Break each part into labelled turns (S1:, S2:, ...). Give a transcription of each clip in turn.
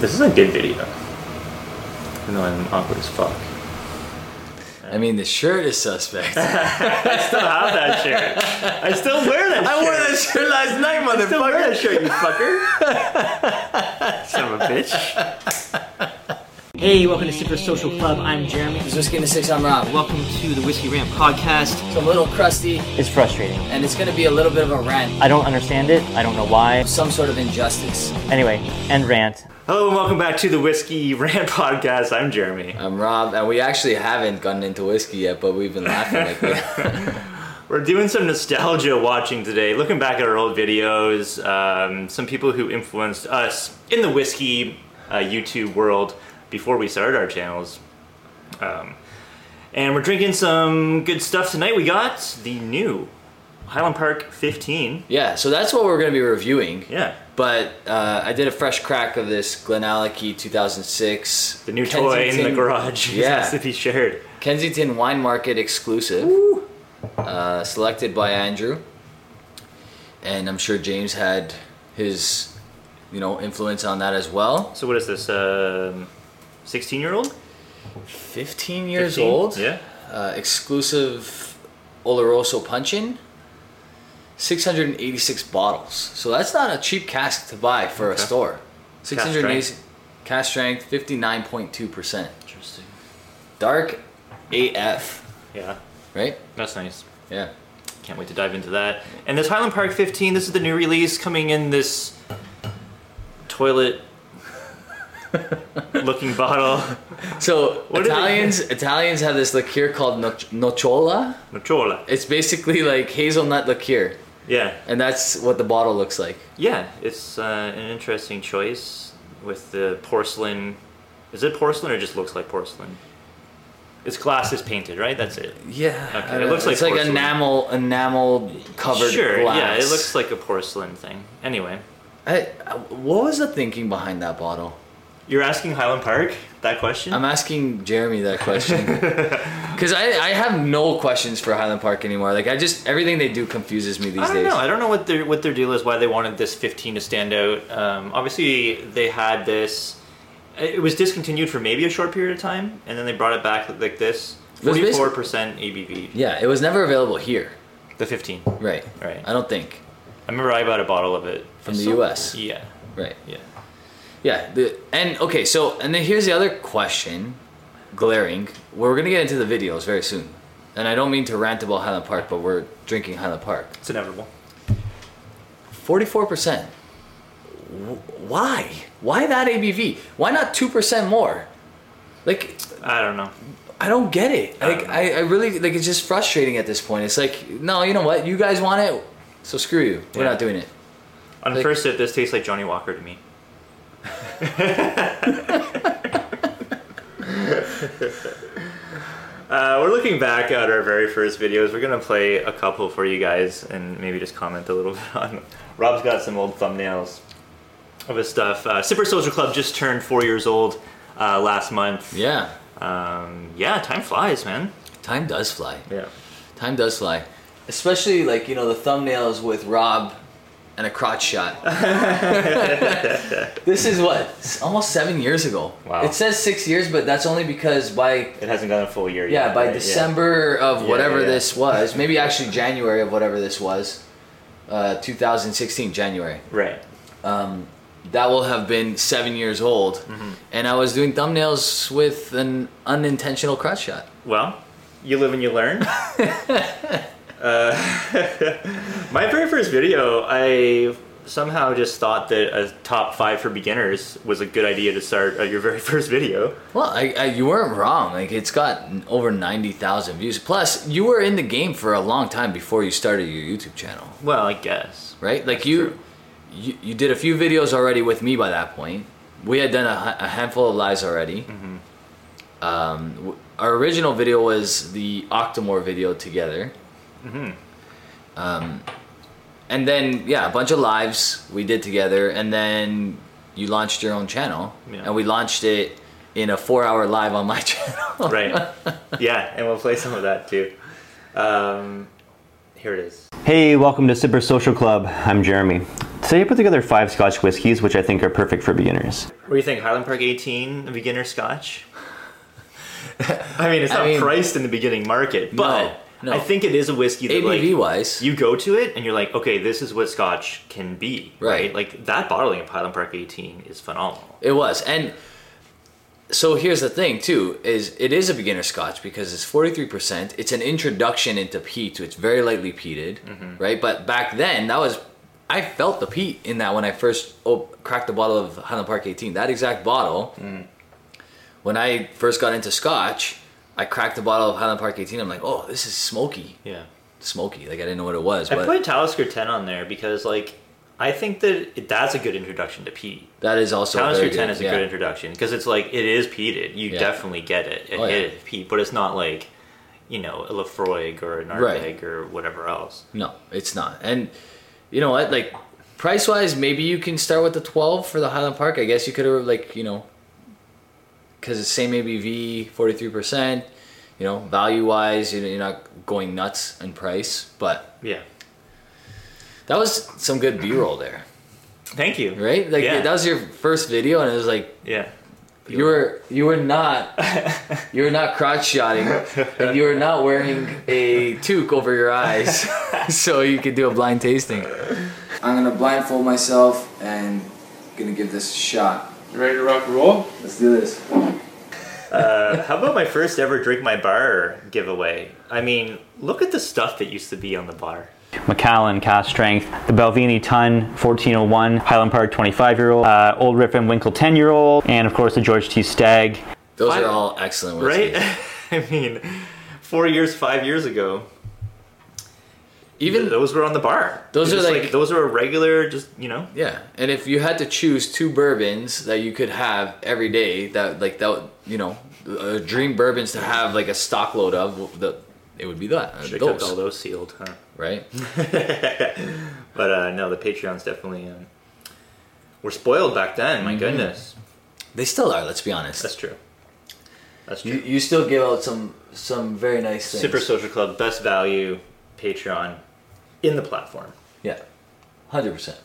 S1: This is a good video. Even though I'm awkward as fuck.
S2: I mean, the shirt is suspect.
S1: I still have that shirt. I still wear that
S2: I
S1: shirt.
S2: wore that shirt last night,
S1: I still wear that
S2: motherfucker.
S1: shirt, you fucker. Son of a bitch.
S3: Hey, welcome to Super Social Club. I'm Jeremy.
S4: Just gonna say I'm Rob. Well,
S3: Welcome to the Whiskey Ramp podcast.
S4: it's a little crusty,
S3: It's frustrating.
S4: and it's gonna be a little bit of a rant,
S3: I don't understand it. I don't know why.
S4: some sort of injustice.
S3: Anyway, end rant.
S1: Hello and welcome back to the Whiskey Rant Podcast. I'm Jeremy.
S2: I'm Um, Rob, and we actually haven't gotten into whiskey yet, but we've been laughing like that.
S1: We're doing some nostalgia watching today, looking back at our old videos, um, some people who influenced us in the whiskey uh, YouTube world before we started our channels. Um, and we're drinking some good stuff tonight. We got the new Highland Park 15.
S2: yeah, so that's what we're going to be reviewing.
S1: Yeah.
S2: But uh, I did a fresh crack of this Glenallachie 2006.
S1: The new toy in the
S2: Kensington-
S1: garage
S2: Yeah.
S1: has to be shared.
S2: Kensington Wine Market exclusive, uh, selected by Andrew, and I'm sure James had his, you know, influence on that as well.
S1: So what is this? Um, 16 year old?
S2: 15 years
S1: 15?
S2: old,
S1: Yeah.
S2: uh, exclusive Oloroso Punchin, 686 bottles. So that's not a cheap cask to buy for a
S1: Okay.
S2: store.
S1: strength?
S2: 680 cask strength, 59.2 percent,
S1: Interesting.
S2: dark AF,
S1: Yeah,
S2: right?
S1: that's nice.
S2: Yeah.
S1: Can't wait to dive into that. And this Highland Park 15, this is the new release coming in this toilet looking bottle.
S2: So
S1: What do they-
S2: Italians Italians have this liqueur called noc- nocciola.
S1: Nocciola.
S2: It's basically like hazelnut liqueur,
S1: Yeah.
S2: and that's what the bottle looks like.
S1: Yeah, it's uh, an interesting choice with the porcelain. Is it porcelain or just looks like porcelain? Its glass is painted, right? That's it.
S2: Yeah,
S1: Okay, it looks like
S2: it's like
S1: porcelain.
S2: enamel enamel covered
S1: sure,
S2: glass.
S1: yeah, it looks like a porcelain thing. Anyway,
S2: I, I- what was the thinking behind that bottle?
S1: you're asking Highland Park that question?
S2: I'm asking Jeremy that question because I, I have no questions for Highland Park anymore. Like I just everything they do confuses me these
S1: I don't
S2: days.
S1: know. I don't know what their what their deal is. Why they wanted this 15 to stand out. Um, obviously, they had this. It was discontinued for maybe a short period of time, and then they brought it back like this.
S2: It was basi-
S1: 44 percent ABV.
S2: Yeah, it was never available here,
S1: The 15.
S2: right?
S1: Right.
S2: I don't think
S1: I remember I bought a bottle of it
S2: from the
S1: Some-
S2: U.S.
S1: Yeah,
S2: Right.
S1: yeah.
S2: Yeah, the, and okay, so and then here's the other question, glaring. We're gonna get into the videos very soon, and I don't mean to rant about Highland Park, but we're drinking Highland Park.
S1: It's inevitable.
S2: Forty-four percent. Why? Why that ABV? Why not two percent more? Like,
S1: I don't know.
S2: I don't get it.
S1: I don't
S2: Like,
S1: know.
S2: I, I really like it's just frustrating at this point. It's like, no, you know what? You guys want it, so screw you. We're
S1: Yeah.
S2: not doing it.
S1: On the
S2: Like-
S1: first sip, this tastes like Johnny Walker to me. uh, we're looking back at our very first videos. We're gonna play a couple for you guys and maybe just comment a little bit on. them. Rob's got some old thumbnails of his stuff. Uh, Super Social Club just turned four years old uh, last month.
S2: Yeah,
S1: Um, yeah, time flies, man.
S2: time does fly.
S1: Yeah.
S2: Time does fly. Especially like, you know, the thumbnails with Rob and a crotch shot. this is what? s- Almost seven years ago.
S1: Wow.
S2: It says six years, but that's only because by
S1: It hasn't gone a full year yet.
S2: yeah, by
S1: right?
S2: December of
S1: Yeah,
S2: whatever
S1: yeah.
S2: this was, maybe actually January of whatever this was, uh, 2016 January um,
S1: Right.
S2: that will have been seven years old,
S1: Mm-hmm.
S2: and I was doing thumbnails with an unintentional crotch shot.
S1: Well, you live and you learn. uh, my very first video, I somehow just thought that a top five for beginners was a good idea to start uh, your very first video.
S2: Well, I, I, you weren't wrong. Like it's got n- over ninety thousand views. Plus, you were in the game for a long time before you started your YouTube channel,
S1: Well, I guess.
S2: right? Like you,
S1: true.
S2: you, you did a few videos already with me by that point. We had done a, ha- a handful of lives already.
S1: Mm-hmm.
S2: Um, w- our original video was the Octomore video together. Um,
S1: Mm-hmm.
S2: and then yeah, a bunch of lives we did together, and then you launched your own channel,
S1: Yeah.
S2: and we launched it in a four-hour live on my channel.
S1: Right. yeah, and we'll play some of that too. Um, here it is. Hey, welcome to Super Social Club. I'm Jeremy.
S5: So you put together five Scotch whiskies, which I think are perfect for beginners.
S1: What do you think, Highland Park 18, a beginner scotch? I mean, it's
S2: I
S1: not
S2: mean-
S1: priced in the beginning market, but
S2: no.
S1: I think it is a whiskey that, like,
S2: ABV wise,
S1: you go to it and you're like, okay, this is what scotch can be, right?
S2: Right.
S1: Like that bottling of Highland Park 18 is phenomenal.
S2: It was, and so here's the thing too: is it is a beginner Scotch because it's 43. percent It's an introduction into peat. It's very lightly peated,
S1: Mm-hmm.
S2: right? But back then, that was I felt the peat in that when I first op- cracked the bottle of Highland Park 18. That exact bottle.
S1: Mm.
S2: When I first got into Scotch, I cracked the bottle of Highland Park 18. I'm like, oh, this is smoky,
S1: Yeah,
S2: smoky. Like I didn't know what it was,
S1: I
S2: but
S1: put Talisker 10 on there because like I think that it- that's a good introduction to peat.
S2: that is also
S1: Talisker
S2: Oh, very
S1: 10 is a
S2: yeah.
S1: good introduction because it's like it is peated. You
S2: Yeah.
S1: definitely get it. It
S2: Oh, yeah.
S1: is peat, but it's not like you know a Lafroig or an
S2: Right.
S1: Ardbeg or whatever else.
S2: No, it's not. And you know what? Like price wise, maybe you can start with the twelve for the Highland Park. I guess you could have like you know, because it's same ABV, forty three percent. You know, value wise, you're not going nuts in price. But
S1: Yeah.
S2: that was some good B roll there,
S1: Thank you.
S2: right? Like
S1: yeah.
S2: that was your first video, and it was like
S1: yeah.
S2: you were you were not you were not crotch shotting, and you were not wearing a toque over your eyes, so you could do a blind tasting.
S4: I'm gonna blindfold myself and gonna give this a shot.
S6: Ready to rock and roll?
S4: Let's do this.
S1: Uh, how about my first ever drink my bar giveaway? I mean, look at the stuff that used to be on the bar.
S5: Macallan Cast Strength, the Belvini Ton 1401, Highland Park 25 year old, uh, Old Rip and Winkle 10 year old, and of course the George T. Stagg.
S2: Those
S1: Fine.
S2: are all excellent
S1: right?
S2: whiskeys.
S1: I mean, four years, five years ago,
S2: Even
S1: those were on the bar.
S2: Those
S1: Just
S2: are like-
S1: those are a regular, just you know.
S2: yeah, and if you had to choose two bourbons that you could have every day, that like that would- you know, uh, dream bourbons to have like a stock load of, the it would be that uh,
S1: They kept all
S2: those,
S1: those sealed, huh?
S2: right?
S1: But uh, no, the Patreons definitely um, were spoiled back then. My
S2: Mm-hmm.
S1: goodness,
S2: They still are. Let's be honest.
S1: that's true. That's true.
S2: You, you still give out some some very nice things.
S1: Super Social Club, best value Patreon in the platform.
S2: yeah, hundred percent.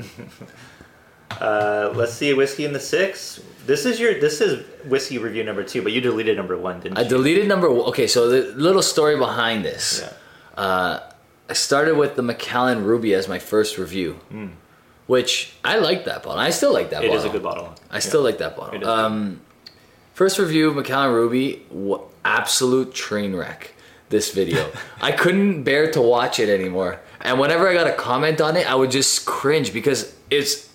S1: Uh, let's see, whiskey in the six. This is your this is whiskey review number two, but you deleted number one, didn't
S2: I
S1: you?
S2: deleted number one. Okay, so the little story behind this.
S1: Yeah.
S2: Uh, I started with the Macallan Ruby as my first review, which I like that bottle. I still like that
S1: Hmm. It
S2: bottle.
S1: is a good bottle.
S2: I still like that
S1: It
S2: bottle.
S1: is
S2: Um, first review, McAllen Ruby, w- absolute train wreck. This video, I couldn't bear to watch it anymore. And whenever I got a comment on it, I would just cringe because it's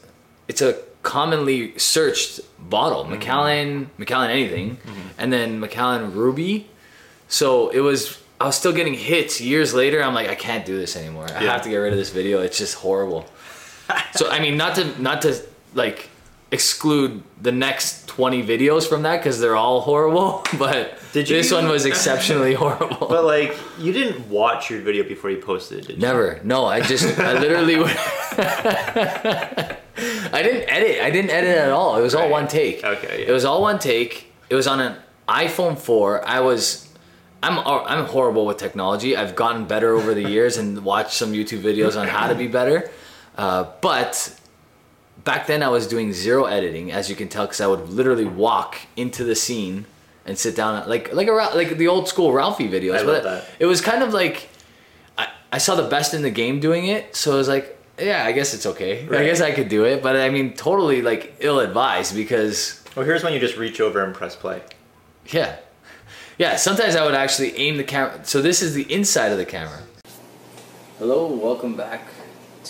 S2: it's a commonly searched bottle,
S1: Mm-hmm.
S2: McAllen, McAllen anything, and then McAllen Ruby. So it was. I was still getting hits years later. I'm like, I can't do this anymore. I
S1: Yeah.
S2: have to get rid of this video. It's just horrible. So I mean, not to not to like exclude the next 20 videos from that because they're all horrible, but
S1: Did you-
S2: this one was exceptionally horrible.
S1: But like, you didn't watch your video before you posted it. Did you?
S2: Never. No, I just I literally would- I didn't edit. I didn't edit at all. It was all
S1: Right.
S2: one take.
S1: Okay, yeah.
S2: It was all one take. It was on an iPhone 4. I was I'm I'm horrible with technology. I've gotten better over the years and watched some YouTube videos on how to be better. Uh, but back then I was doing zero editing, as you can tell, because I would literally walk into the scene and sit down, like like a Ra- like the old school Ralphie videos.
S1: I love
S2: but
S1: that.
S2: It was kind of like I, I saw the best in the game doing it, so I was like, yeah, I guess it's okay. I
S1: Right.
S2: guess I could do it, but I mean, totally like ill advised because
S1: Well, Oh, here's when you just reach over and press play.
S2: yeah, yeah. Sometimes I would actually aim the camera. So this is the inside of the camera.
S4: Hello, welcome back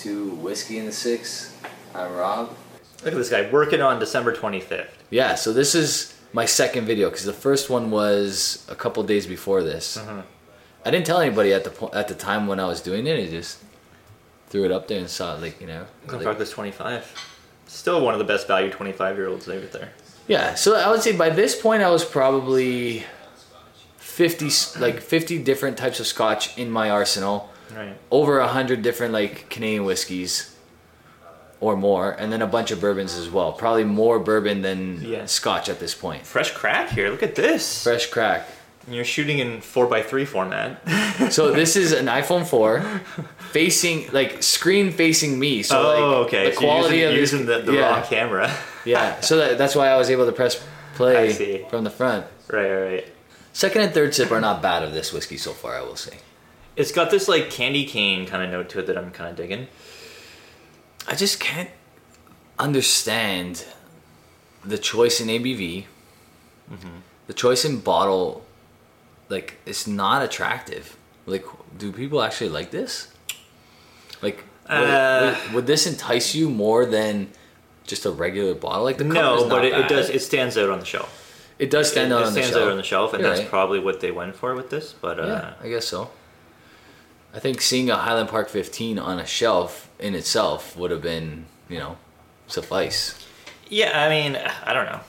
S4: to Whiskey in the Six. I'm Rob.
S1: Look at this guy working on December 25th.
S2: Yeah, so this is my second video because the first one was a couple days before this. I didn't tell anybody at the po- at the time when I was doing it. I just threw it up there and saw it, like you know.
S1: Come
S2: like-
S1: back this 25. Still one of the best value 25 year olds over there.
S2: yeah, so I would say by this point I was probably fifty s- like fifty different types of scotch in my arsenal,
S1: Right.
S2: over a hundred different like Canadian whiskeys or more, and then a bunch of bourbons as well. Probably more bourbon than
S1: Yeah.
S2: scotch at this point.
S1: Fresh crack here. Look at this.
S2: Fresh crack.
S1: You're shooting in 4x3 format.
S2: So this is an iPhone 4 facing like screen facing me. So
S1: oh,
S2: like,
S1: okay.
S2: The quality
S1: so you're
S2: of
S1: using, you're
S2: this-
S1: using the, the
S2: yeah,
S1: raw camera.
S2: yeah. So that, that's why I was able to press
S1: I
S2: play
S1: see.
S2: from the front.
S1: right, right, right.
S2: Second and third sip are not bad of this whiskey so far. I will say.
S1: It's got this like candy cane kind of note to it that I'm kind of digging.
S2: I just can't understand the choice in ABV. The choice in bottle, like it's not attractive. Like, do people actually like this? Like, would,
S1: Uh.
S2: would- would this entice you more than just a regular bottle? Like the color's
S1: No,
S2: not
S1: but it, it
S2: bad.
S1: does. It stands out on the shelf.
S2: It does stand
S1: it
S2: out
S1: it
S2: on the
S1: stands
S2: shelf.
S1: out on the shelf, and
S2: You're
S1: that's
S2: right.
S1: probably what they went for with this. But uh,
S2: Yeah, I guess so. I think seeing a Highland Park 15 on a shelf in itself would have been, you know, suffice.
S1: Yeah, I mean, I don't know.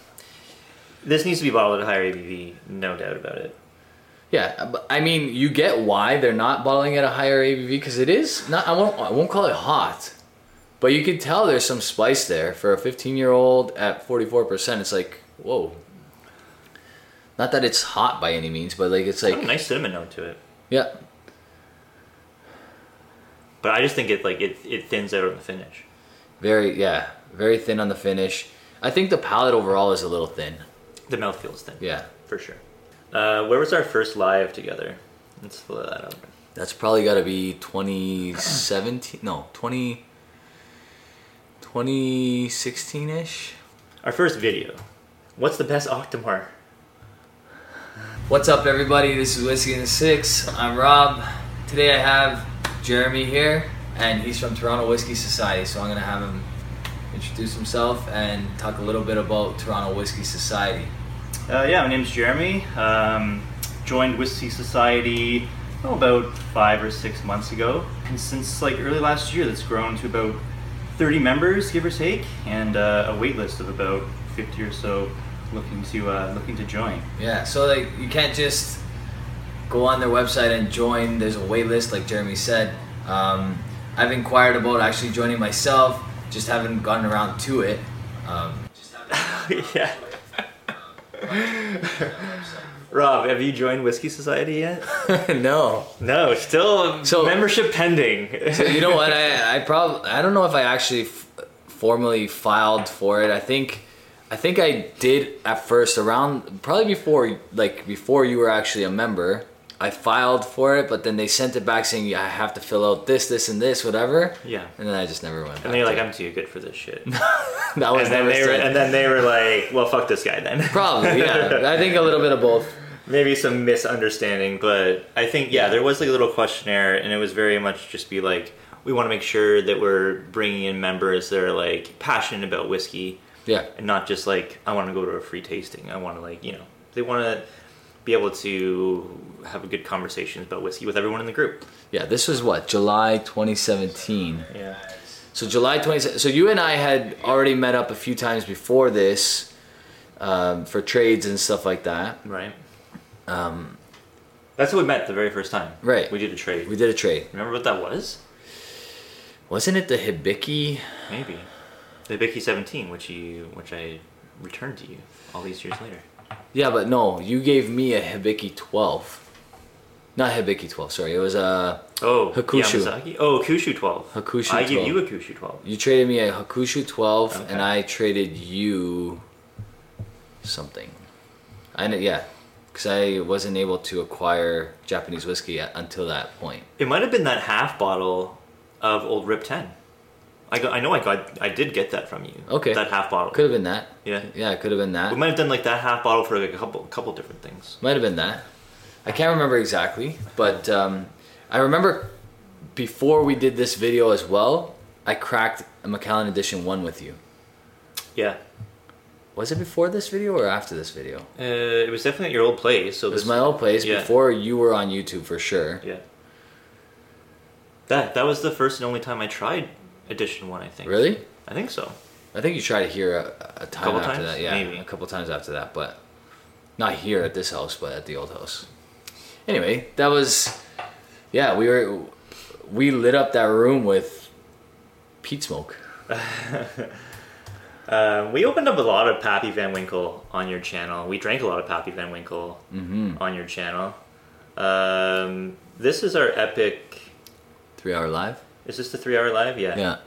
S1: This needs to be bottled at higher ABV, no doubt about it.
S2: Yeah, but I mean, you get why they're not bottling at a higher ABV because it is not. I won't. I won't call it hot, but you can tell there's some spice there for a 15 year old at 44. percent It's like whoa. Not that it's hot by any means, but like it's
S1: Got a
S2: like
S1: nice cinnamon note to it,
S2: yeah,
S1: but I just think it like it, it thins out on the finish.
S2: very yeah, very thin on the finish. I think the palate overall is a little thin.
S1: The mouth feels thin.
S2: Yeah,
S1: for sure. Uh, where was our first live together? Let's pull that up.
S2: That's probably got to be 2017. No, 20 2016 ish.
S1: Our first video. What's the best Octomar?
S2: What's up, everybody? This is Whiskey and the Six. I'm Rob. Today I have Jeremy here, and he's from Toronto Whiskey Society. So I'm gonna have him introduce himself and talk a little bit about Toronto Whiskey Society.
S1: Uh, yeah, my name's Jeremy. Um, joined Whiskey Society oh, about five or six months ago. And since like early last year, that's grown to about 30 members, give or take, and uh, a wait list of about 50 or so looking to uh, looking to join.
S2: Yeah. So like, you can't just go on their website and join. There's a wait list, like Jeremy said. Um, I've inquired about actually joining myself. Just haven't gotten around to it. Um,
S1: yeah. Rob, have you joined Whiskey Society yet?
S2: no.
S1: No, still
S2: So-
S1: membership pending.
S2: you know what? I I probably I don't know if I actually f- formally filed for it. I think I think I did at first around probably before like before you were actually a member. I filed for it, but then they sent it back saying I have to fill out this, this, and this, whatever.
S1: Yeah.
S2: And then I just never went.
S1: and
S2: back
S1: they're like,
S2: to
S1: I'm too good for this shit.
S2: it. that was
S1: and then
S2: never
S1: they were,
S2: said.
S1: and then they were like, "Well, fuck this guy then."
S2: probably, yeah. I think a little bit of both.
S1: Maybe some misunderstanding, but I think yeah, there was like a little questionnaire, and it was very much just be like, "We want to make sure that we're bringing in members that are like passionate about whiskey,
S2: Yeah.
S1: and not just like I want to go to a free tasting. I want to like you know they want to be able to have a good conversations about whiskey with everyone in the group."
S2: Yeah, this was what July 2017.
S1: Yeah.
S2: So July 27th. So you and I had already met up a few times before this um, for trades and stuff like that.
S1: Right. Um, That's how we met the very first time.
S2: Right.
S1: We did a trade.
S2: We did a trade.
S1: Remember what that was?
S2: Wasn't it the Hibiki?
S1: Maybe. The Bicky 17, which you, which I returned to you all these years later.
S2: Yeah, but no, you gave me a Hibiki 12. Not Hibiki 12, sorry. It was uh, a.
S1: Oh,
S2: Hakushu.
S1: Yamazaki? Oh, Kushu 12.
S2: Hakushu
S1: I give
S2: 12.
S1: you a Kushu 12.
S2: You traded me a Hakushu 12,
S1: Okay.
S2: and I traded you something. I kn- yeah, because I wasn't able to acquire Japanese whiskey at, until that point.
S1: It might have been that half bottle of Old Rip 10. I, got, I know I got I did get that from you.
S2: Okay.
S1: That half bottle.
S2: Could have been that.
S1: Yeah.
S2: Yeah, it could have been that.
S1: We might have done like that half bottle for like a couple couple different things.
S2: Might have been that. I can't remember exactly, but um, I remember before we did this video as well, I cracked a Macallan Edition 1 with you.
S1: Yeah.
S2: Was it before this video or after this video?
S1: Uh, it was definitely at your old place. So
S2: It was
S1: this-
S2: my old place
S1: Yeah.
S2: before you were on YouTube for sure.
S1: Yeah. That that was the first and only time I tried edition one. I think.
S2: Really?
S1: I think so.
S2: I think you tried to hear a, a time
S1: Couple
S2: after
S1: times?
S2: that. Yeah,
S1: Maybe.
S2: a couple times after that, but not here at this house, but at the old house. Anyway, that was yeah. We were we lit up that room with peat smoke.
S1: Um, we opened up a lot of Pappy Van Winkle on your channel. We drank a lot of Pappy Van Winkle on your channel. Um, this is our epic.
S2: Three hour live.
S1: Is this the three hour live? Yeah.
S2: Yeah.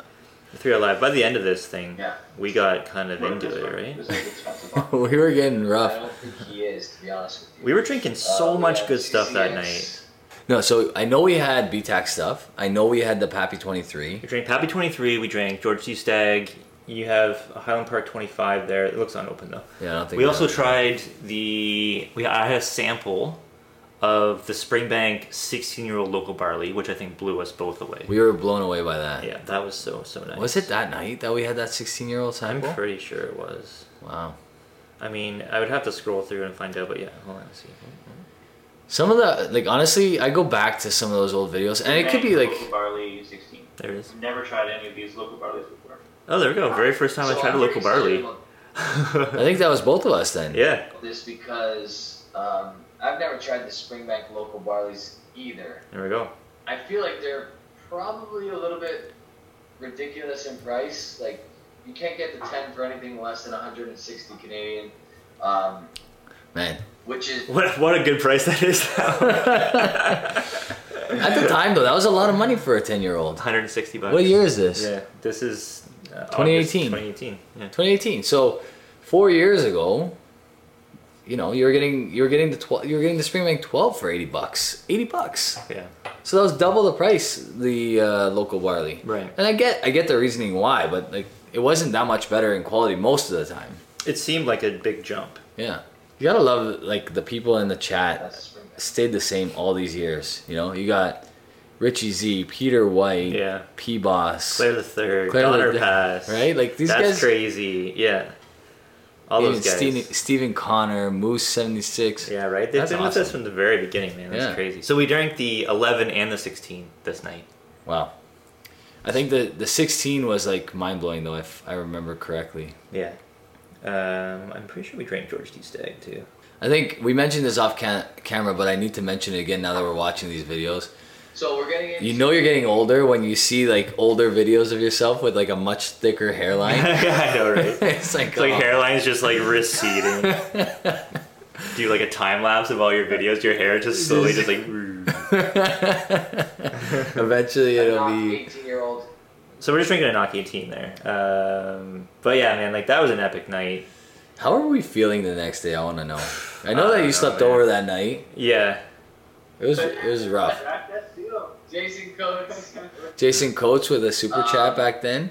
S1: The three hour live. By the end of this thing,
S4: Yeah.
S1: we got kind of into it, right?
S2: we were getting
S4: I
S2: rough.
S4: don't think he is, to be honest with you.
S1: We were drinking so
S4: Uh, we
S1: much
S4: had
S1: good stuff that night.
S4: CCX.
S2: No, so I know we had BTAC stuff. I know we had the Pappy 23.
S1: We drank Pappy 23, we drank George T. Stag. You have a Highland Park 25 there. It looks unopened though.
S2: Yeah, I don't think
S1: We
S2: that-
S1: also tried the. We I had a sample of the Springbank 16 year old local barley, which I think blew us both away.
S2: We were blown away by that.
S1: yeah, that was so so nice.
S2: Was it that night that we had that 16 year old
S1: I'm
S2: sample?
S1: pretty sure it was.
S2: wow.
S1: I mean, I would have to scroll through and find out, but yeah, hold on, let's see.
S2: Some of the like honestly, I go back to some of those old videos, and it could be like
S6: Local barley 16.
S1: There it is.
S6: Never tried any of these local barleys before.
S1: Oh, there we go. Very first time I
S4: So
S1: tried a
S4: I'm
S1: local
S4: very excited
S1: barley.
S4: about
S2: I think that was both of us then.
S1: yeah,
S4: This because um, I've never tried the Springbank local barleys either.
S1: there we go.
S4: I feel like they're probably a little bit ridiculous in price. Like you can't get the ten for anything less than 160 Canadian, um,
S2: Man,
S4: which is
S1: What what a good price that is.
S2: at the time though, that was a lot of money for a 10 year old.
S1: 160 bucks.
S2: What year is this?
S1: Yeah, this is uh,
S2: 2018.
S1: August 2018. Yeah.
S2: 2018. So four years ago, you know, you were getting you were getting the 12 you were getting the Springbank 12 for 80 bucks. 80 bucks.
S1: Yeah.
S2: So that was double the price the uh, local barley.
S1: Right.
S2: And I get I get the reasoning why, but like it wasn't that much better in quality most of the time.
S1: It seemed like a big jump.
S2: Yeah. You gotta love like the people in the chat
S4: that's the Springbank.
S2: stayed the same all these years. You know, you got Richie Z, Peter White,
S1: Yeah.
S2: P Boss,
S1: Claire the Third,
S2: Claire the
S1: Donner
S2: Third,
S1: Pass.
S2: right? Like, these
S1: That's
S2: guys-
S1: crazy. Yeah. All
S2: even
S1: those guys.
S2: Steven, Stephen Connor, Moose seventy six.
S1: yeah, right? They've
S2: That's
S1: been with us from the very beginning, man. That's
S2: Yeah.
S1: crazy. So we drank the 11 and the 16 this night.
S2: Wow. I think the the sixteen was like mind blowing though, if I remember correctly.
S1: Yeah. Um, I'm pretty sure we drank George D. Stag too.
S2: I think we mentioned this off cam- camera, but I need to mention it again now that we're watching these videos.
S4: So we're getting into
S2: You know you're getting older when you see like older videos of yourself with like a much thicker hairline.
S1: I know, right?
S2: it's like,
S1: It's like
S2: oh.
S1: hairline's just like receding. Do like a time lapse of all your videos. Your hair just slowly just like.
S2: eventually it'll be
S4: 18 year old.
S1: So we're just drinking a knock 18 there. Um, but yeah, man, like that was an epic night.
S2: How are we feeling the next day? I want to know. I know
S1: I
S2: that
S1: don't
S2: you
S1: know,
S2: slept
S1: man.
S2: over that night.
S1: Yeah.
S2: It was it was rough.
S4: Jason Coates.
S2: Jason Coates with a super chat back then.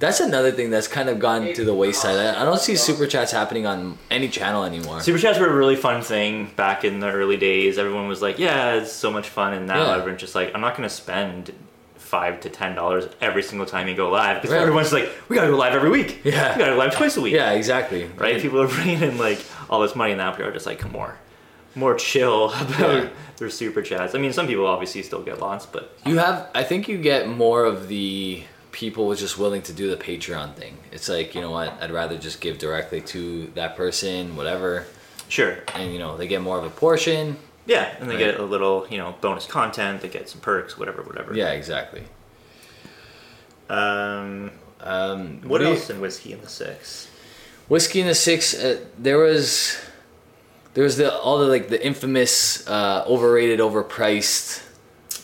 S2: That's another thing that's kind of gone to the wayside. I I don't see super chats happening on any channel anymore.
S1: Super chats were a really fun thing back in the early days. Everyone was like, "Yeah, it's so much fun," and now
S2: Yeah.
S1: everyone's just like, "I'm not going to spend five to ten dollars every single time you go live." Because
S2: Right.
S1: everyone's like, "We got to go live every week.
S2: Yeah.
S1: we got to go live twice a week."
S2: Yeah, exactly.
S1: right? People are bringing in like all this money, and now people are just like, "Come more, more chill about
S2: Yeah.
S1: their super chats." I mean, some people obviously still get lost, but
S2: You have, I think you get more of the people just willing to do the Patreon thing. It's like, you know what, I'd rather just give directly to that person, whatever.
S1: sure,
S2: And, you know, they get more of a portion.
S1: yeah, and they
S2: Right.
S1: get a little, you know, bonus content. They get some perks, whatever, whatever.
S2: Yeah, exactly.
S1: Um,
S2: Um,
S1: what
S2: do you-
S1: else in whiskey in the six?
S2: Whiskey in the Six. Uh, there was, there was the all the like the infamous uh, overrated, overpriced,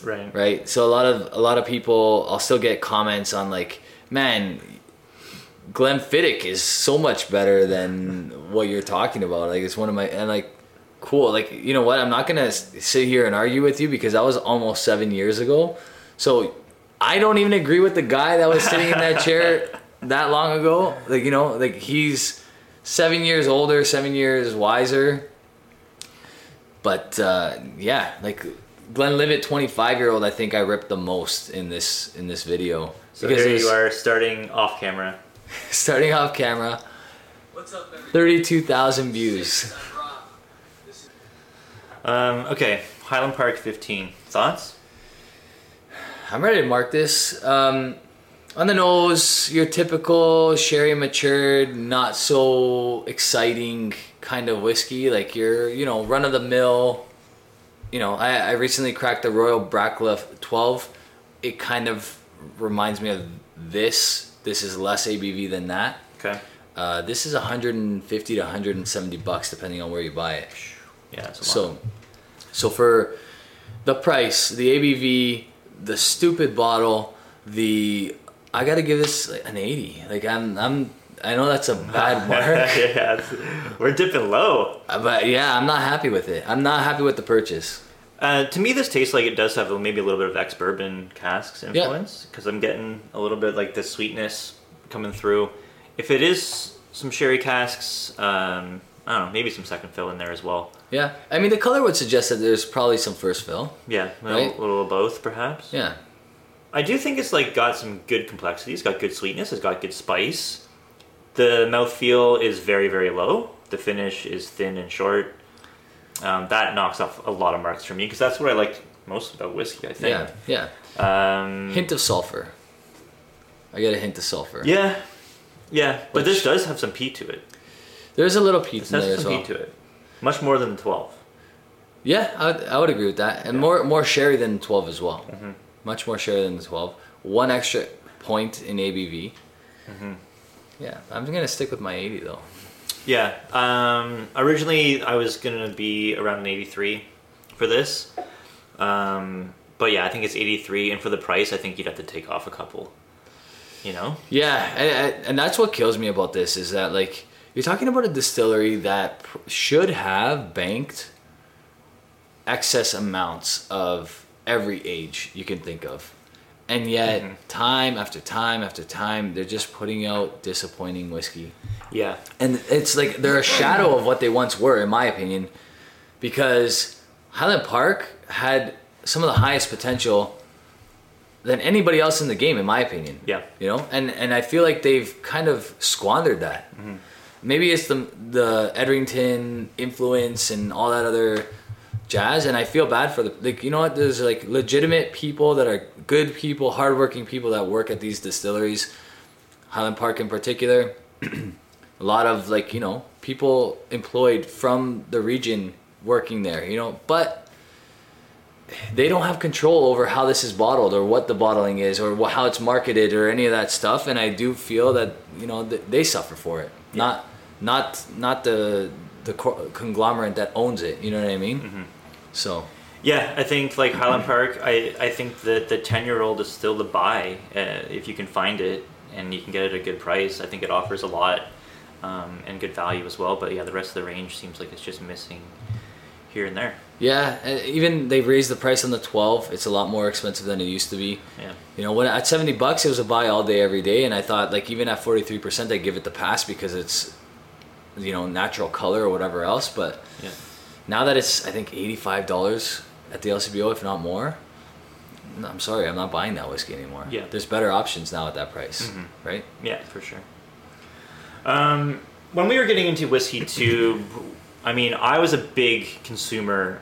S1: Right.
S2: right? So a lot of a lot of people. I'll still get comments on like, man, Glenfiddich is so much better than what you're talking about. Like it's one of my and like, cool. Like you know what? I'm not gonna s- sit here and argue with you because that was almost seven years ago. So I don't even agree with the guy that was sitting in that chair that long ago. Like you know, like he's seven years older, seven years wiser. But uh, yeah, like Glenlivet, 25 year old, I think I ripped the most in this in this video.
S1: So
S2: Because it
S1: here
S2: was-
S1: you are starting off camera.
S2: starting off camera,
S4: What's up, everybody?
S2: 32,000 views.
S4: I'm Rob. This is
S1: Um, okay, Highland Park 15. Thoughts?
S2: I'm ready to mark this. Um, on the nose, your typical sherry matured, not so exciting kind of whiskey. Like your, you know, run of the mill. You know, I, I recently cracked the Royal Brackliff 12. It kind of reminds me of this. This is less ABV than that.
S1: Okay.
S2: Uh, this is 150 to 170 bucks depending on where you buy it.
S1: Yeah, that's a lot.
S2: So, so for the price, the ABV, the stupid bottle, the I gotta give this like, an 80. Like I'm, I'm, I know that's a bad mark,
S1: yeah, it's- we're dipping low.
S2: but yeah, I'm not happy with it. I'm not happy with the purchase.
S1: Uh, to me, this tastes like it does have maybe a little bit of ex bourbon casks influence because I'm getting a little bit like the sweetness coming through. If it is some sherry casks, um, I don't know, maybe some second fill in there as well.
S2: Yeah, I mean the color would suggest that there's probably some first fill.
S1: Yeah, a
S2: Right?
S1: little, little of both perhaps.
S2: Yeah,
S1: I do think it's like got some good complexity. It's got good sweetness. It's got good spice. The mouthfeel is very very low. The finish is thin and short. Um, that knocks off a lot of marks for me because that's what I liked most about whiskey. I think.
S2: yeah, yeah.
S1: Yeah. Um,
S2: Hint of sulfur. I get a hint of sulfur.
S1: yeah. Yeah. But this
S2: Which-
S1: does have some pea to it.
S2: There's a little peat
S1: This
S2: in
S1: has
S2: there as
S1: some
S2: well.
S1: pea to it. Much more than the twelve.
S2: Yeah, I would, I would agree with that, and more more sherry than twelve as well. Much more sherry than the twelve. One extra point in ABV. Yeah, I'm gonna stick with my eighty though.
S1: Yeah. Um, originally, I was gonna be around an eighty-three for this, um, but yeah, I think it's eighty-three, and for the price, I think you'd have to take off a couple. You know?
S2: Yeah, and, and- and that's what kills me about this is that like you're talking about a distillery that pr- should have banked excess amounts of every age you can think of, and yet time after time after time they're just putting out disappointing whiskey.
S1: Yeah.
S2: and it's like they're a shadow of what they once were, in my opinion, because Highland Park had some of the highest potential than anybody else in the game, in my opinion.
S1: Yeah.
S2: you know, and and I feel like they've kind of squandered that. Maybe it's the the Edrington influence and all that other jazz, and I feel bad for the like. You know what? There's like legitimate people that are good people, hardworking people that work at these distilleries, Highland Park in particular a lot of like you know people employed from the region working there you know but they don't have control over how this is bottled or what the bottling is or wh- how it's marketed or any of that stuff and i do feel that you know th- they suffer for it not not not the the co- conglomerate that owns it you know what i mean so
S1: Yeah, I think like Highland Park. I I think that the ten-year-old is still the buy uh, if you can find it and you can get it at a good price. I think it offers a lot um, and good value as well. But yeah, the rest of the range seems like it's just missing here and there.
S2: yeah e- even they raised the price on the 12 it's a lot more expensive than it used to be
S1: Yeah.
S2: You know, when at seventy bucks, it was a buy all day, every day, and I thought like even at forty three percent, I give it the pass because it's, you know, natural color or whatever else. But
S1: Yeah.
S2: now that it's I think eighty five dollars at the LCBO, if not more, no, I'm sorry, I'm not buying that whiskey anymore.
S1: Yeah. Mm-hmm.
S2: there's better options now at that price, right?
S1: Yeah, for sure. Um, when we were getting into Whiskey Tube, I mean, I was a big consumer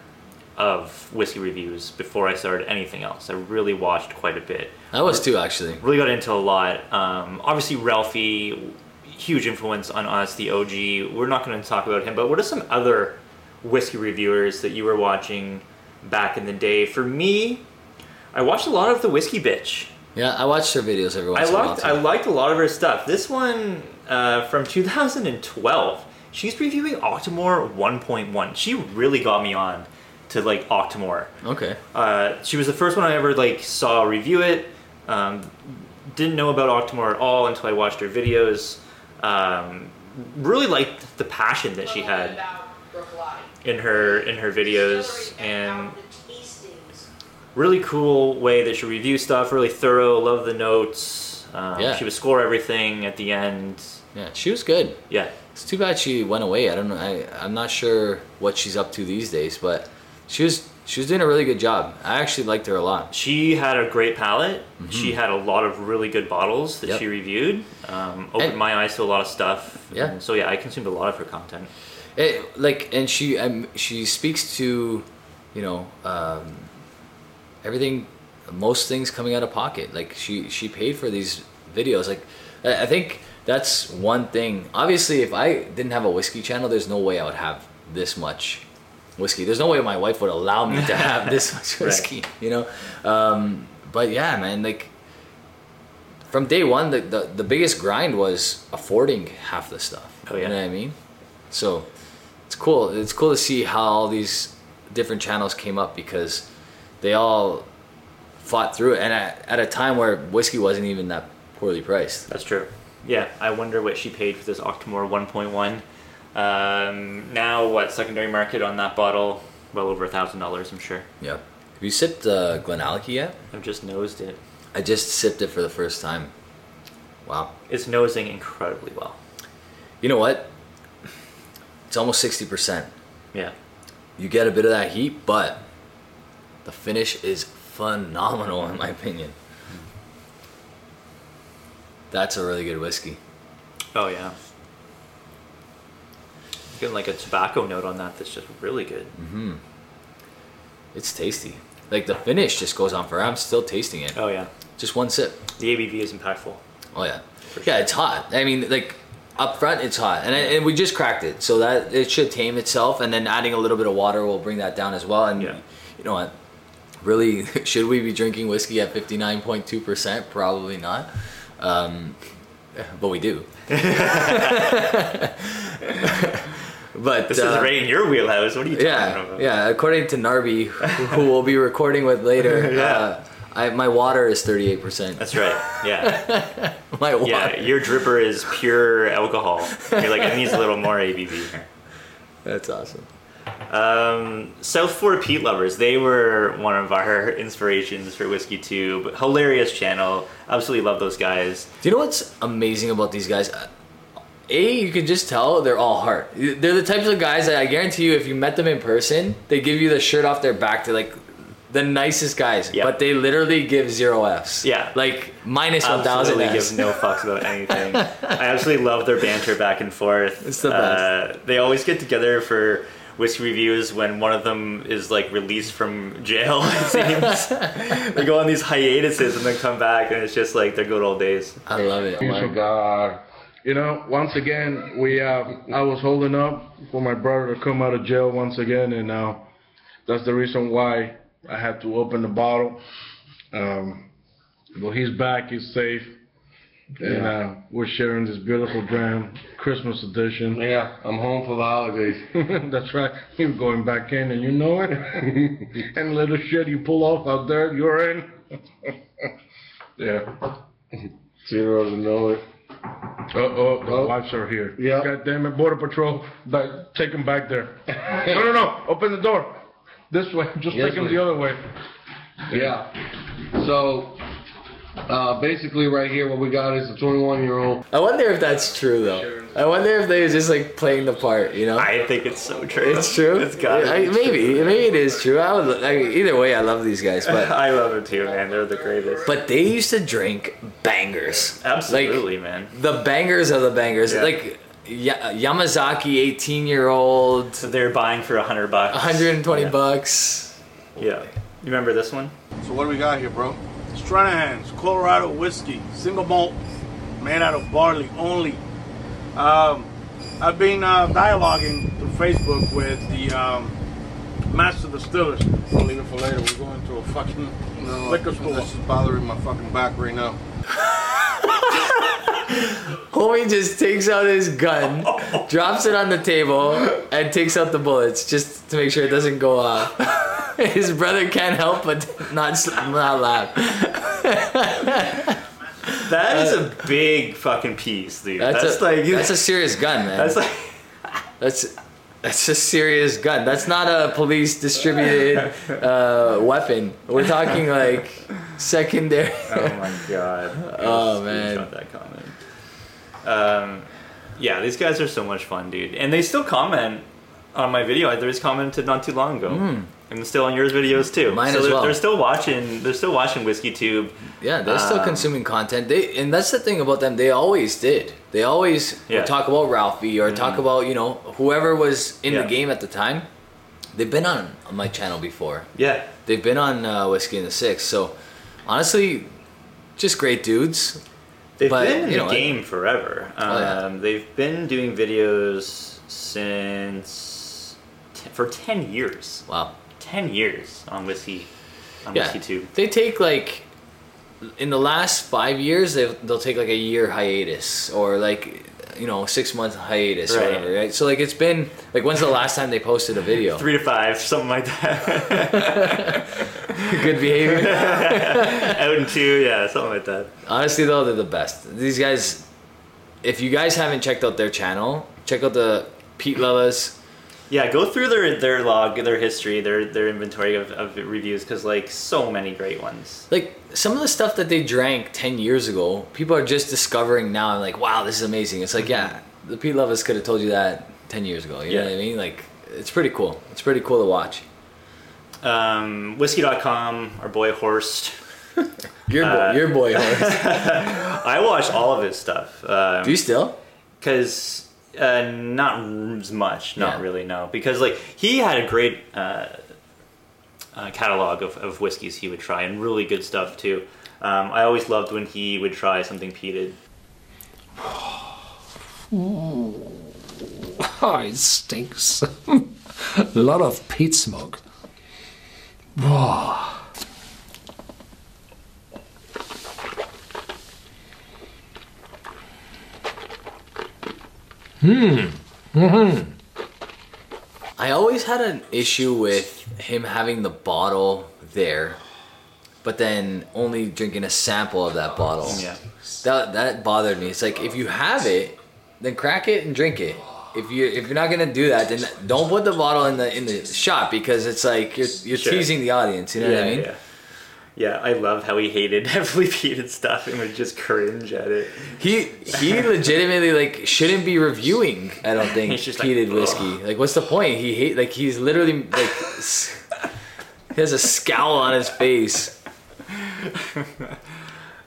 S1: of whiskey reviews before I started anything else. I really watched quite a bit.
S2: I was too actually.
S1: Really got into a lot. Um, obviously, Ralphie, huge influence on us, the OG. We're not going to talk about him, but what are some other whiskey reviewers that you were watching back in the day? For me, I watched a lot of The Whiskey Bitch.
S2: Yeah, I watched her videos
S1: I
S2: every once in a while.
S1: liked I
S2: too.
S1: liked a lot of her stuff. This one uh, from 2012. She's reviewing Octomore 1.1. She really got me on to like Octomore.
S2: okay.
S1: Uh, she was the first one I ever like saw review it. Um, didn't know about Octomore at all until I watched her videos. Um, really liked the passion that she had in her in her videos and really cool way that she reviews stuff. Really thorough. Love the notes. Um,
S2: Yeah.
S1: She would score everything at the end.
S2: Yeah, she was good.
S1: Yeah.
S2: It's too bad she went away. I don't know. I, I'm not sure what she's up to these days, but she was she was doing a really good job. I actually liked her a lot.
S1: She had a great palette. She had a lot of really good bottles that
S2: Yep.
S1: she reviewed. Um, opened
S2: And-
S1: my eyes to a lot of stuff.
S2: Yeah.
S1: And so yeah, I consumed a lot of her content.
S2: It, like, and she um, she speaks to, you know, um, everything, most things coming out of pocket. Like she she paid for these videos. Like, I I think that's one thing. Obviously, if I didn't have a whiskey channel, there's no way I would have this much whiskey. There's no way my wife would allow me to have this much
S1: Right.
S2: whiskey. You know, um, but yeah, man, like from day one, the, the, the biggest grind was affording half the stuff.
S1: Oh, yeah.
S2: You know what I mean? So it's cool. It's cool to see how all these different channels came up because they all fought through it. And at, at a time where whiskey wasn't even that poorly priced.
S1: That's true. Yeah, I wonder what she paid for this Octomore 1.1. Um, now, what secondary market on that bottle? Well over a thousand dollars, I'm sure.
S2: Yeah. Have you sipped uh, Glenallachie yet?
S1: I've just nosed it.
S2: I just sipped it for the first time. Wow.
S1: It's nosing incredibly well.
S2: You know what? It's almost sixty percent.
S1: Yeah,
S2: You get a bit of that heat, but the finish is phenomenal in my opinion. That's a really good whiskey.
S1: Oh yeah. Getting like a tobacco note on that that's just really good.
S2: It's tasty. Like the finish just goes on forever. I'm still tasting it.
S1: Oh yeah.
S2: Just one sip.
S1: The ABV is impactful.
S2: Oh yeah. Yeah, it's hot. I mean, like up front, it's hot, and and we just cracked it, so that it should tame itself, and then adding a little bit of water will bring that down as well. And
S1: Yeah.
S2: you know what? Really, should we be drinking whiskey at fifty nine point two percent? Probably not. Um, but we do. but
S1: This is
S2: uh,
S1: right in your wheelhouse. What are you talking
S2: yeah,
S1: about?
S2: yeah. According to Narby, who we'll be recording with later, uh, I, my water is thirty eight percent.
S1: That's right. Yeah.
S2: My water.
S1: Yeah. Your dripper is pure alcohol. You're like, it needs a little more ABV here. Um,
S2: That's awesome.
S1: South Ford Peat Lovers, they were one of our inspirations for Whiskey Tube. Hilarious channel. Absolutely love those guys.
S2: Do you know what's amazing about these guys? Uh, A, you can just tell they're all heart. They're the types of guys that I guarantee you, if you met them in person, they give you the shirt off their back. They're like the nicest guys,
S1: Yeah.
S2: but they literally give zero Fs.
S1: Yeah.
S2: like minus one thousand
S1: absolutely
S2: Fs.
S1: give no fucks about anything. I absolutely love their banter back and forth.
S2: It's the best.
S1: Uh, they always get together for whiskey reviews when one of them is like released from jail. It seems they go on these hiatuses and then come back, and it's just like their good old days.
S2: I love it.
S7: my God. You know, once again, we uh, I was holding up for my brother to come out of jail once again, and uh, that's the reason why I had to open the bottle. Um, but he's back, he's safe, and uh, we're sharing this beautiful dram, Christmas edition.
S8: Yeah, I'm home for the holidays.
S7: That's right. You're going back in, and you know it. and little shit you pull off out there, you're in. yeah.
S8: Zero to know it.
S7: Uh oh, the
S8: Oh.
S7: wives are here.
S8: Yeah.
S7: God damn it, Border Patrol, that, take them back there. no, no, no, open the door. This way, just
S8: Yes,
S7: take them
S8: ma'am.
S7: the other way.
S8: Yeah. So uh, basically, right here, what we got is a 21 year old.
S2: I wonder if that's true though. I wonder if they were just like playing the part, you know?
S1: I think it's so true.
S2: it's true.
S1: It's got
S2: I-
S1: it.
S2: maybe maybe it is true. I would. I mean, either way, I love these guys, but
S1: I love it too, man. They're the greatest.
S2: But they used to drink bangers.
S1: Absolutely,
S2: Like,
S1: man.
S2: the bangers are the bangers.
S1: Yeah.
S2: Like Ya- Yamazaki, 18 year old,
S1: So they're buying for a hundred bucks.
S2: 120
S1: Yeah.
S2: bucks.
S1: Yeah. You remember this one?
S9: So what do we got here, bro? Stranahan's Colorado whiskey, single malt, made out of barley only. Um, I've been uh, dialoguing through Facebook with the um, master distillers.
S8: I'll leave it for later. We're going to a fucking no,
S9: liquor store.
S8: This is bothering my fucking back right now.
S2: Homie just takes out his gun, drops it on the table, and takes out the bullets just to make sure it doesn't go off. his brother can't help but not, s- not laugh.
S1: That is a big fucking piece, dude.
S2: Uh, That's,
S1: That's,
S2: a,
S1: like
S2: that's a serious gun, man.
S1: that's like
S2: That's that's a serious gun. That's not a police distributed uh, weapon. We're talking like secondary.
S1: Oh my god.
S2: Oh,
S1: Screenshot
S2: man.
S1: that comment. Um, yeah, these guys are so much fun, dude. And they still comment on my video. I- There was commented not too long ago. And still on yours videos too.
S2: Hmm. Mine
S1: so
S2: as
S1: they're,
S2: well.
S1: they're still watching. They're still watching Whiskey Tube.
S2: Yeah, they're still
S1: Um,
S2: consuming content. They and that's the thing about them. They always did. They always would
S1: Yeah. Mm.
S2: talk about Ralphie or talk about you know whoever was in
S1: Yeah.
S2: the game at the time. They've been on, on my channel before.
S1: Yeah,
S2: They've been on uh, Whiskey and the Six. So honestly, just great dudes.
S1: they've
S2: But,
S1: been in the
S2: you know, I-
S1: game forever. Um,
S2: Oh, yeah.
S1: They've been doing videos since t- for ten years.
S2: Wow.
S1: Ten years on Whiskey on
S2: yeah.
S1: Whiskey Tube.
S2: They take like in the last five years they'll, they'll take like a year hiatus or like you know six month hiatus
S1: Right.
S2: or whatever right so like it's been like when's the last time they posted a video
S1: Three to five, something like that.
S2: good behavior
S1: Out in two, yeah, something like that.
S2: honestly though they're the best these guys if you guys haven't checked out their channel check out the pete lela's
S1: Yeah, go through their their log, their history, their their inventory of, of reviews because like so many great ones.
S2: like some of the stuff that they drank 10 years ago people are just discovering now and like wow this is amazing it's like yeah the pete lovers could have told you that 10 years ago you know
S1: Yeah.
S2: what i mean like it's pretty cool it's pretty cool to watch
S1: Um, whiskey.com, our boy Horst.
S2: your boy your boy Horace.
S1: I watch all of his stuff. Um,
S2: do you still
S1: because uh, not r- as much, not
S2: Yeah.
S1: really, no. Because like he had a great uh, uh, catalog of, of whiskeys he would try and really good stuff too. Um, I always loved when he would try something peated.
S10: Oh, it stinks. a lot of peat smoke. Whoa.
S2: i always had an issue with him having the bottle there but then only drinking a sample of that bottle
S1: Yeah,
S2: That that bothered me. It's like if you have it, then crack it and drink it. If you if you're not gonna do that, then don't put the bottle in the in the shot because it's like you're you're
S1: Sure.
S2: teasing the audience. You know
S1: yeah,
S2: what I mean?
S1: yeah. Yeah, I love how he hated heavily peated stuff and would just cringe at it.
S2: He he legitimately like shouldn't be reviewing. I don't think
S1: He's just like,
S2: heated
S1: "Ugh."
S2: whiskey. Like what's the point? He hate like he's literally like s- he has a scowl on his face.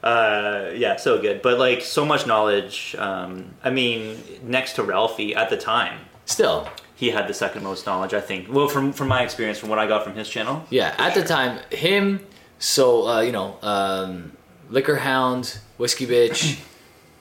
S1: Uh, yeah, so good, but like so much knowledge. Um, I mean, next to Ralphie at the time,
S2: Still,
S1: he had the second most knowledge, I think. Well, from from my experience, from what I got from his channel,
S2: Yeah, at the time, him. So uh, you know, um, liquor hound, whiskey bitch,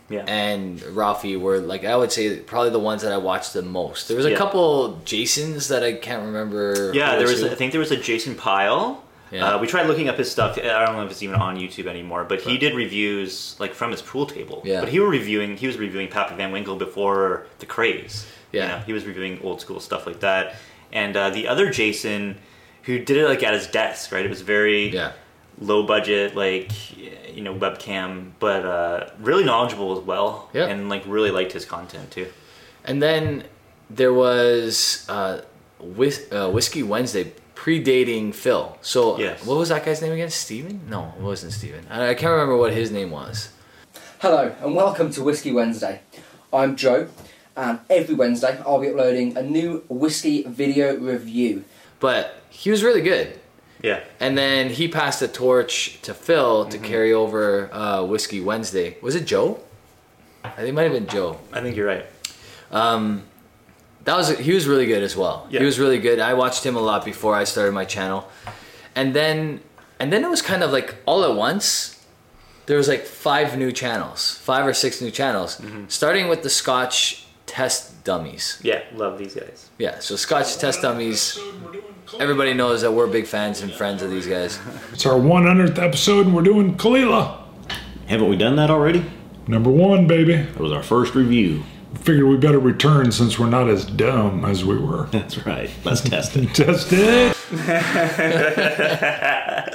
S1: Yeah.
S2: and Rafi were like I would say probably the ones that I watched the most. There was a
S1: Yeah.
S2: couple Jasons that I can't remember.
S1: Yeah,
S2: who
S1: there was.
S2: who.
S1: I think there was a Jason Pyle.
S2: Yeah.
S1: Uh, we tried looking up his stuff. I don't know if it's even on YouTube anymore, but he did reviews like from his pool table.
S2: Yeah.
S1: But he were reviewing. He was reviewing Pappy Van Winkle before the craze.
S2: Yeah.
S1: he was reviewing old school stuff like that. And uh, the other Jason, who did it like at his desk, right? It was very
S2: yeah,
S1: low budget, like you know webcam, but uh, really knowledgeable as well.
S2: Yeah.
S1: And like really liked his content too.
S2: and then there was uh, Whis- uh, whiskey Wednesday predating Phil. So
S1: Yes.
S2: what was that guy's name again? Steven? No, it wasn't Steven. I, I can't remember what his name was.
S11: Hello and welcome to Whiskey Wednesday. I'm Joe, and every Wednesday I'll be uploading a new whiskey video review.
S2: But he was really good.
S1: Yeah.
S2: And then he passed the torch to Phil to
S1: Mm-hmm.
S2: carry over uh, Whiskey Wednesday. Was it Joe? I think it might have been Joe.
S1: I think you're right.
S2: That was he was really good as well.
S1: Yeah.
S2: He was really good. I watched him a lot before I started my channel, and then and then it was kind of like all at once. There was like five new channels, five or six new channels, starting with the Scotch test dummies.
S1: Mm-hmm. Yeah, love these guys.
S2: Yeah, so Scotch test dummies. Everybody knows that we're big fans and friends of these guys.
S10: It's our 100th episode, and we're doing Kalila.
S12: Haven't we done that already?
S10: Number one, baby.
S12: That was our first review.
S10: Figured we better return since we're not as dumb as we were.
S12: That's right. Let's test it.
S10: Test it.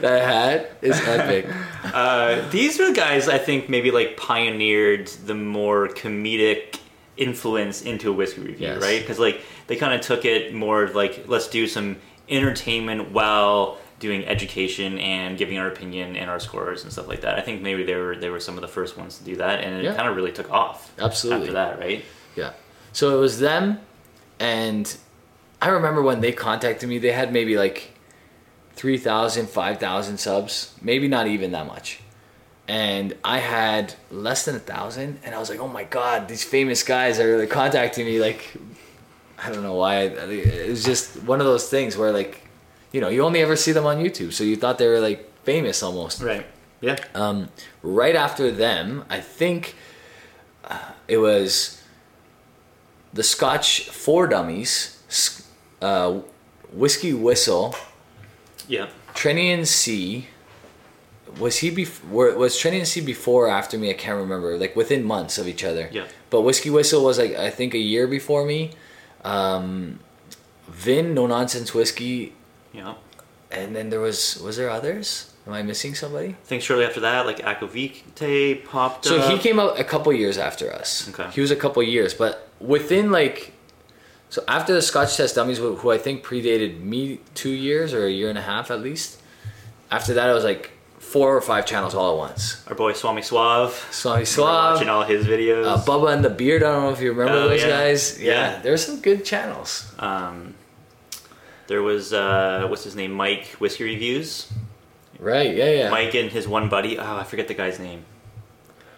S2: That hat is epic.
S1: Uh, These are the guys I think maybe like pioneered the more comedic influence into a whiskey review,
S2: Yes.
S1: right? Because like they kind of took it more of like let's do some entertainment while doing education and giving our opinion and our scores and stuff like that. I think maybe they were they were some of the first ones to do that, and it
S2: Yeah.
S1: kind of really took off.
S2: Absolutely.
S1: after that, right?
S2: Yeah. So it was them, and I remember when they contacted me, they had maybe like 3,000, 5,000 subs, maybe not even that much. And I had less than a thousand, and I was like, oh my god, these famous guys are like contacting me. Like, I don't know why. It was just one of those things where, like, you know, you only ever see them on YouTube, so you thought they were like famous almost
S1: Right. Yeah.
S2: Um, right after them, I think uh, it was the Scotch Four Dummies, S- uh, Whiskey Whistle,
S1: yeah.
S2: Trinian C, was he bef- were, was Trinity and C before or after me? I can't remember. Like within months of each other.
S1: Yeah.
S2: But Whiskey Whistle was like I think a year before me. Um, Vin, No Nonsense Whiskey.
S1: Yeah.
S2: And then there was was there others? Am I missing somebody?
S1: I think shortly after that, like Akovite popped
S2: So
S1: up.
S2: he came out a couple years after us.
S1: Uh, Okay.
S2: He was a couple years, but within like, so after the Scotch Test Dummies, who who I think predated me two years or a year and a half at least. After that, it was like four or five channels all at once.
S1: Our boy Swami Suave.
S2: Swami Suave.
S1: Watching all his videos.
S2: Uh, Bubba and the Beard. I don't know if you remember
S1: Oh,
S2: those
S1: yeah.
S2: guys.
S1: Yeah.
S2: there's some good channels.
S1: Um, there was uh, what's his name, Mike Whiskey Reviews.
S2: Right. Yeah. Yeah.
S1: Mike and his one buddy. Oh, I forget the guy's name.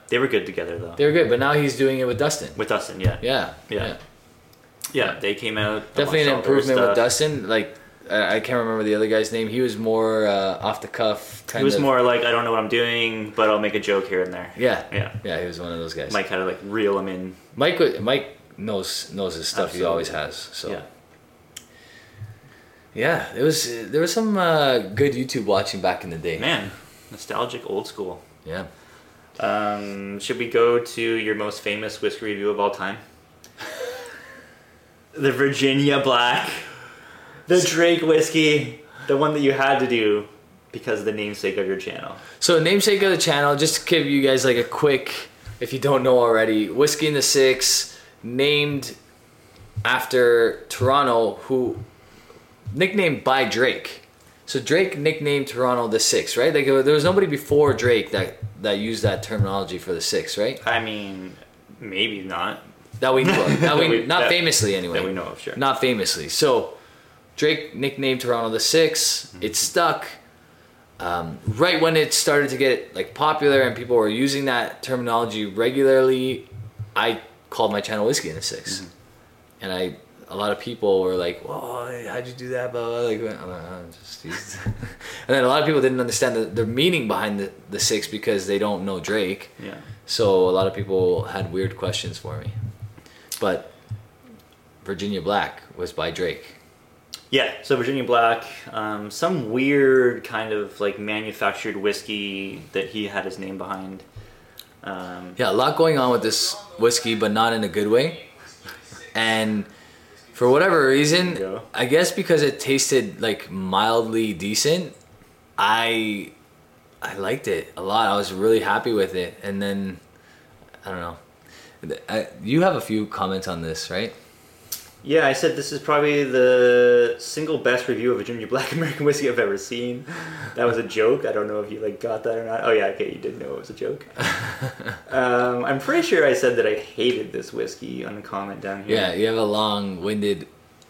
S1: They were good together though.
S2: They're good, but now he's doing it with Dustin.
S1: with Dustin, yeah.
S2: Yeah.
S1: Yeah. Yeah. they came out. I
S2: Definitely an
S1: watched all their
S2: improvement with
S1: stuff.
S2: Dustin. Like I I can't remember the other guy's name. He was more uh, off the cuff. Kind
S1: He was
S2: of,
S1: more like, I don't know what I'm doing, but I'll make a joke here and there.
S2: Yeah.
S1: Yeah.
S2: Yeah. He was one of those guys.
S1: Mike had to like reel him in.
S2: Mike wa- Mike knows knows his stuff. He
S1: Absolutely.
S2: always has. So
S1: Yeah.
S2: yeah, it was there was some uh, good YouTube watching back in the day.
S1: Man, nostalgic old school.
S2: Yeah.
S1: Um, should we go to your most famous whiskey review of all time? the Virginia Black, the Drake whiskey, the one that you had to do because of the namesake of your channel.
S2: So namesake of the channel, just to give you guys like a quick, if you don't know already, Whiskey in the Six, named after Toronto, who nicknamed by Drake. So Drake nicknamed Toronto the Six, right? Like there was nobody before Drake that that used that terminology for the Six, right?
S1: I mean, maybe not.
S2: That we know of. That we,
S1: That we-
S2: not
S1: that-
S2: famously anyway.
S1: that we know of, sure.
S2: Not famously. So Drake nicknamed Toronto the 6
S1: Mm-hmm.
S2: It stuck. Um, right when it started to get like popular and people were using that terminology regularly, I called my channel Whiskey in the 6
S1: Mm-hmm.
S2: and I a lot of people were like, "Well, how'd you do that?" Blah blah. blah. Like, I'm like, "Oh, just used it." and then a lot of people didn't understand the, the meaning behind the, the six because they don't know Drake.
S1: Yeah.
S2: So a lot of people had weird questions for me, but Virginia Black was by Drake.
S1: Yeah, so Virginia Black, um, some weird kind of like manufactured whiskey that he had his name behind. Um,
S2: Yeah, a lot going on with this whiskey, but not in a good way. And for whatever reason, I guess because it tasted like mildly decent, I I liked it a lot. I was really happy with it. And then I don't know. I, you have a few comments on this, right?
S1: yeah, I said this is probably the single best review of Virginia Black American whiskey I've ever seen. That was a joke. I don't know if you like got that or not. Oh yeah, okay, you did know it was a joke. um, I'm pretty sure I said that I hated this whiskey on the comment down here.
S2: Yeah, you have a long-winded,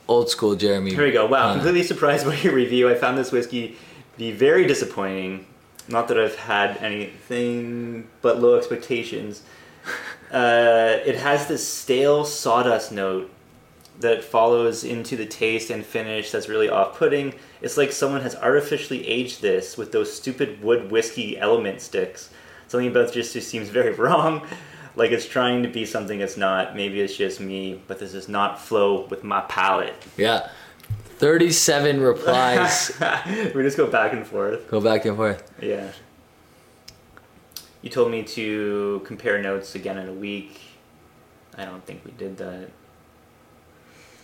S2: old school Jeremy.
S1: Here we go. Wow,
S2: comment.
S1: completely surprised by your review. I found this whiskey to be very disappointing. Not that I've had anything but low expectations. Uh, it has this stale sawdust note that follows into the taste and finish that's really off putting. It's like someone has artificially aged this with those stupid wood whiskey element sticks. Something about it just, just seems very wrong. Like it's trying to be something it's not. Maybe it's just me, but this does not flow with my palate.
S2: Yeah, thirty-seven replies.
S1: we just go back and forth.
S2: go back and forth.
S1: Yeah. You told me to compare notes again in a week. I don't think we did that.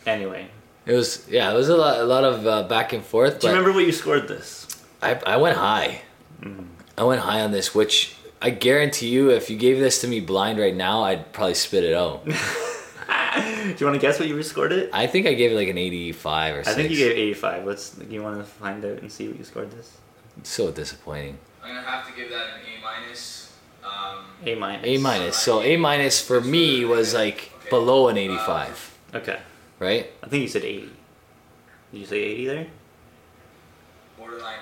S1: Anyway,
S2: It was yeah, it was a lot, a lot of uh, back and forth.
S1: do you
S2: but-
S1: remember Mm. what you scored this?
S2: I, I went high. I went high on this, which I guarantee you, if you gave this to me blind right now, I'd probably spit it out.
S1: Do you want to guess what you scored it?
S2: I think I gave it like an 85 or
S1: I
S2: something.
S1: think you gave 85. Let's. You want to find out and see what you scored this?
S2: So disappointing.
S13: I'm gonna have to give that an A minus. Um,
S1: A minus.
S2: A minus. So A minus for me was like below an 85.
S1: Okay.
S2: Right?
S1: I think you said 80. Did you say 80 there?
S13: borderline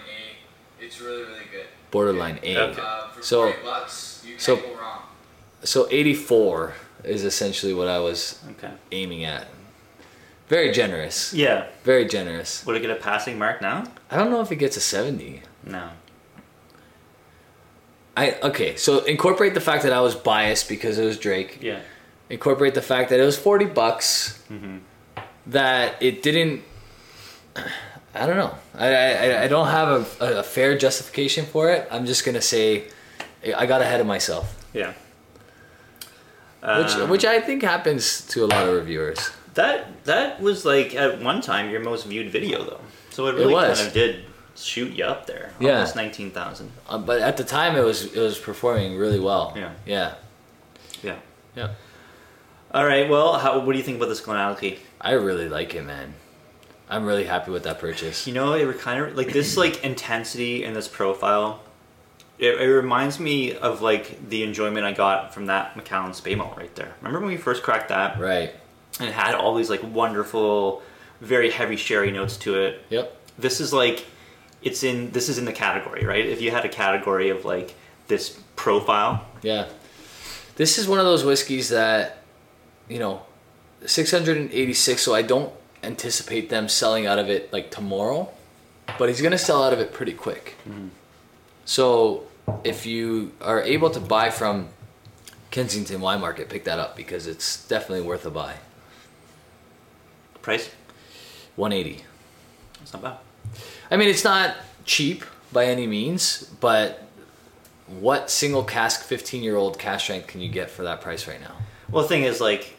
S13: A. It's really really good.
S2: Borderline A.
S13: Okay. Uh, for
S2: So,
S13: 40 bucks, you can't
S2: so,
S13: go wrong.
S2: so 84 is essentially what I was aiming at. Very generous.
S1: Yeah.
S2: Very generous.
S1: Would it get a passing mark now?
S2: I don't know if it gets a 70.
S1: No.
S2: I okay, so incorporate the fact that I was biased because it was Drake.
S1: Yeah.
S2: Incorporate the
S1: Mm-hmm.
S2: fact that it was 40 bucks that it didn't I don't know. I I, I don't have a, a fair justification for it. I'm just gonna say, I got ahead of myself,
S1: Yeah. Um.
S2: which which I think happens to a lot of reviewers.
S1: That that was like at one time your most viewed video though, so it really
S2: was.
S1: kind of did shoot you up there.
S2: Yeah.
S1: almost nineteen thousand.
S2: Uh, but at the time, it was it was performing really well.
S1: Yeah.
S2: Yeah.
S1: Yeah.
S2: Yeah.
S1: All right. Well, how, what do you think about this clonality?
S2: I really like it, man. I'm really happy with that purchase.
S1: You know, it were kind of like this like intensity in this profile. It, it reminds me of like the enjoyment I got from that McAllen Spay malt right there. Remember when we first cracked that?
S2: Right.
S1: And it had all these like wonderful, very heavy sherry notes to it.
S2: Yep.
S1: This is like, it's in this is in the category, right? If you had a category of like this profile,
S2: Yeah. This is one of those whiskeys that, you know, 686, so I don't anticipate them selling out of it like tomorrow, but he's going to sell out of it pretty quick. So if you are able to buy from Kensington Wine Market, pick that up because it's definitely worth a buy.
S1: Price?
S2: 180.
S1: it's not bad.
S2: I mean, it's not cheap by any means, but what single cask 15 year old cash strength can you get for that price right now?
S1: Well, the thing is, like,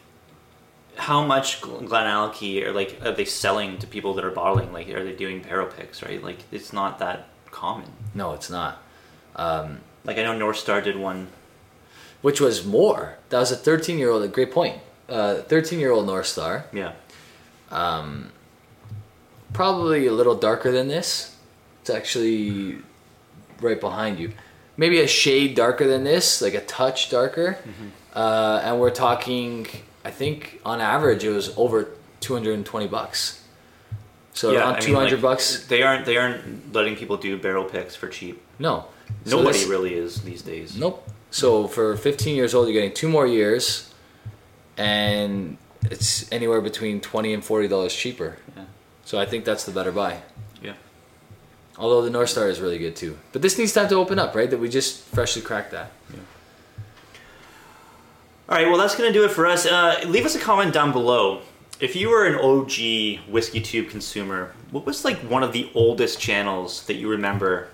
S1: how much Glen Alky are like are they selling to people that are bottling? Like, are they doing barrel picks? Right? Like, it's not that common.
S2: No, it's not. Um,
S1: like I know North Star did one,
S2: which was more. That was a 13 year old. A great point. Uh, 13 year old North Star.
S1: Yeah.
S2: Um, probably a little darker than this. It's actually right behind you. Maybe a shade darker than this, like a touch darker.
S1: Mm-hmm.
S2: Uh, and we're talking, I think on average it was over 220 bucks. So
S1: Yeah,
S2: around
S1: I mean,
S2: 200
S1: like,
S2: bucks.
S1: They aren't they aren't letting people do barrel picks for cheap.
S2: No. So
S1: Nobody
S2: this-
S1: really is these days.
S2: Nope. So for 15 years old, you're getting two more years, and it's anywhere between 20 and 40 dollars cheaper.
S1: Yeah.
S2: So I think that's the better buy.
S1: Yeah.
S2: Although the North Star is really good too, but this needs time to open up, right? That we just freshly cracked that.
S1: All right, well, that's going to do it for us. Uh, leave us a comment down below. If you were an OG Whiskey Tube consumer, what was like one of the oldest channels that you remember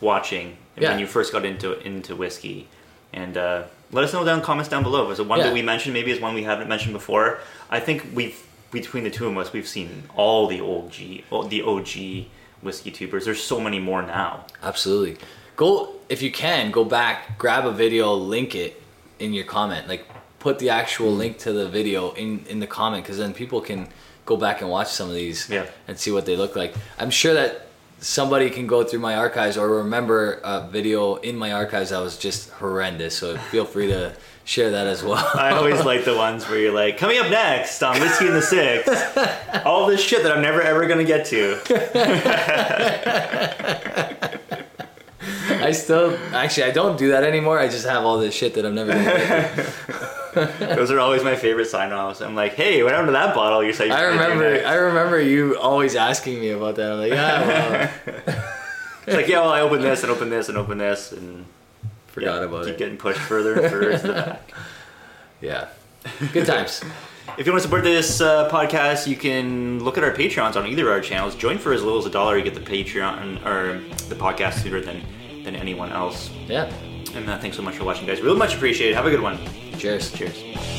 S1: watching
S2: Yeah.
S1: when you first got into into whiskey? And uh, let us know down in the comments down below. Was it one
S2: Yeah.
S1: that we mentioned? Maybe it's one we haven't mentioned before. I think we've between the two of us, we've seen all the old G, all the OG whiskey tubers. There's so many more now.
S2: Absolutely. Go if you can go back, grab a video, link it in your comment. Like put the actual link to the video in in the comment because then people can go back and watch some of these and see what they look like. I'm sure that somebody can go through my archives or remember a video in my archives that was just horrendous. So feel free to share that as well.
S1: I always like the ones where you're like, coming up next on Whiskey and the Six, all this shit that I'm never ever gonna get to.
S2: I still actually I don't do that anymore. I just have all this shit that I'm never. Gonna get to.
S1: Those are always my favorite sign offs. I'm like, hey, what happened to that bottle you said you
S2: I
S1: were gonna do
S2: remember.
S1: next?"
S2: I remember you always asking me about that. I'm like, yeah. Well,
S1: It's like, yeah, well, I opened this and opened this and opened this and forgot about keep it. getting pushed further and further to the back.
S2: Yeah. Good times.
S1: If you want to support this uh, podcast, you can look at our Patreons on either of our channels. Join for as little as a dollar. You get the Patreon or the podcast sooner than, than anyone else.
S2: Yeah.
S1: And uh, thanks so much for watching, guys. Really much appreciated. Have a good one.
S2: Cheers.
S1: Cheers.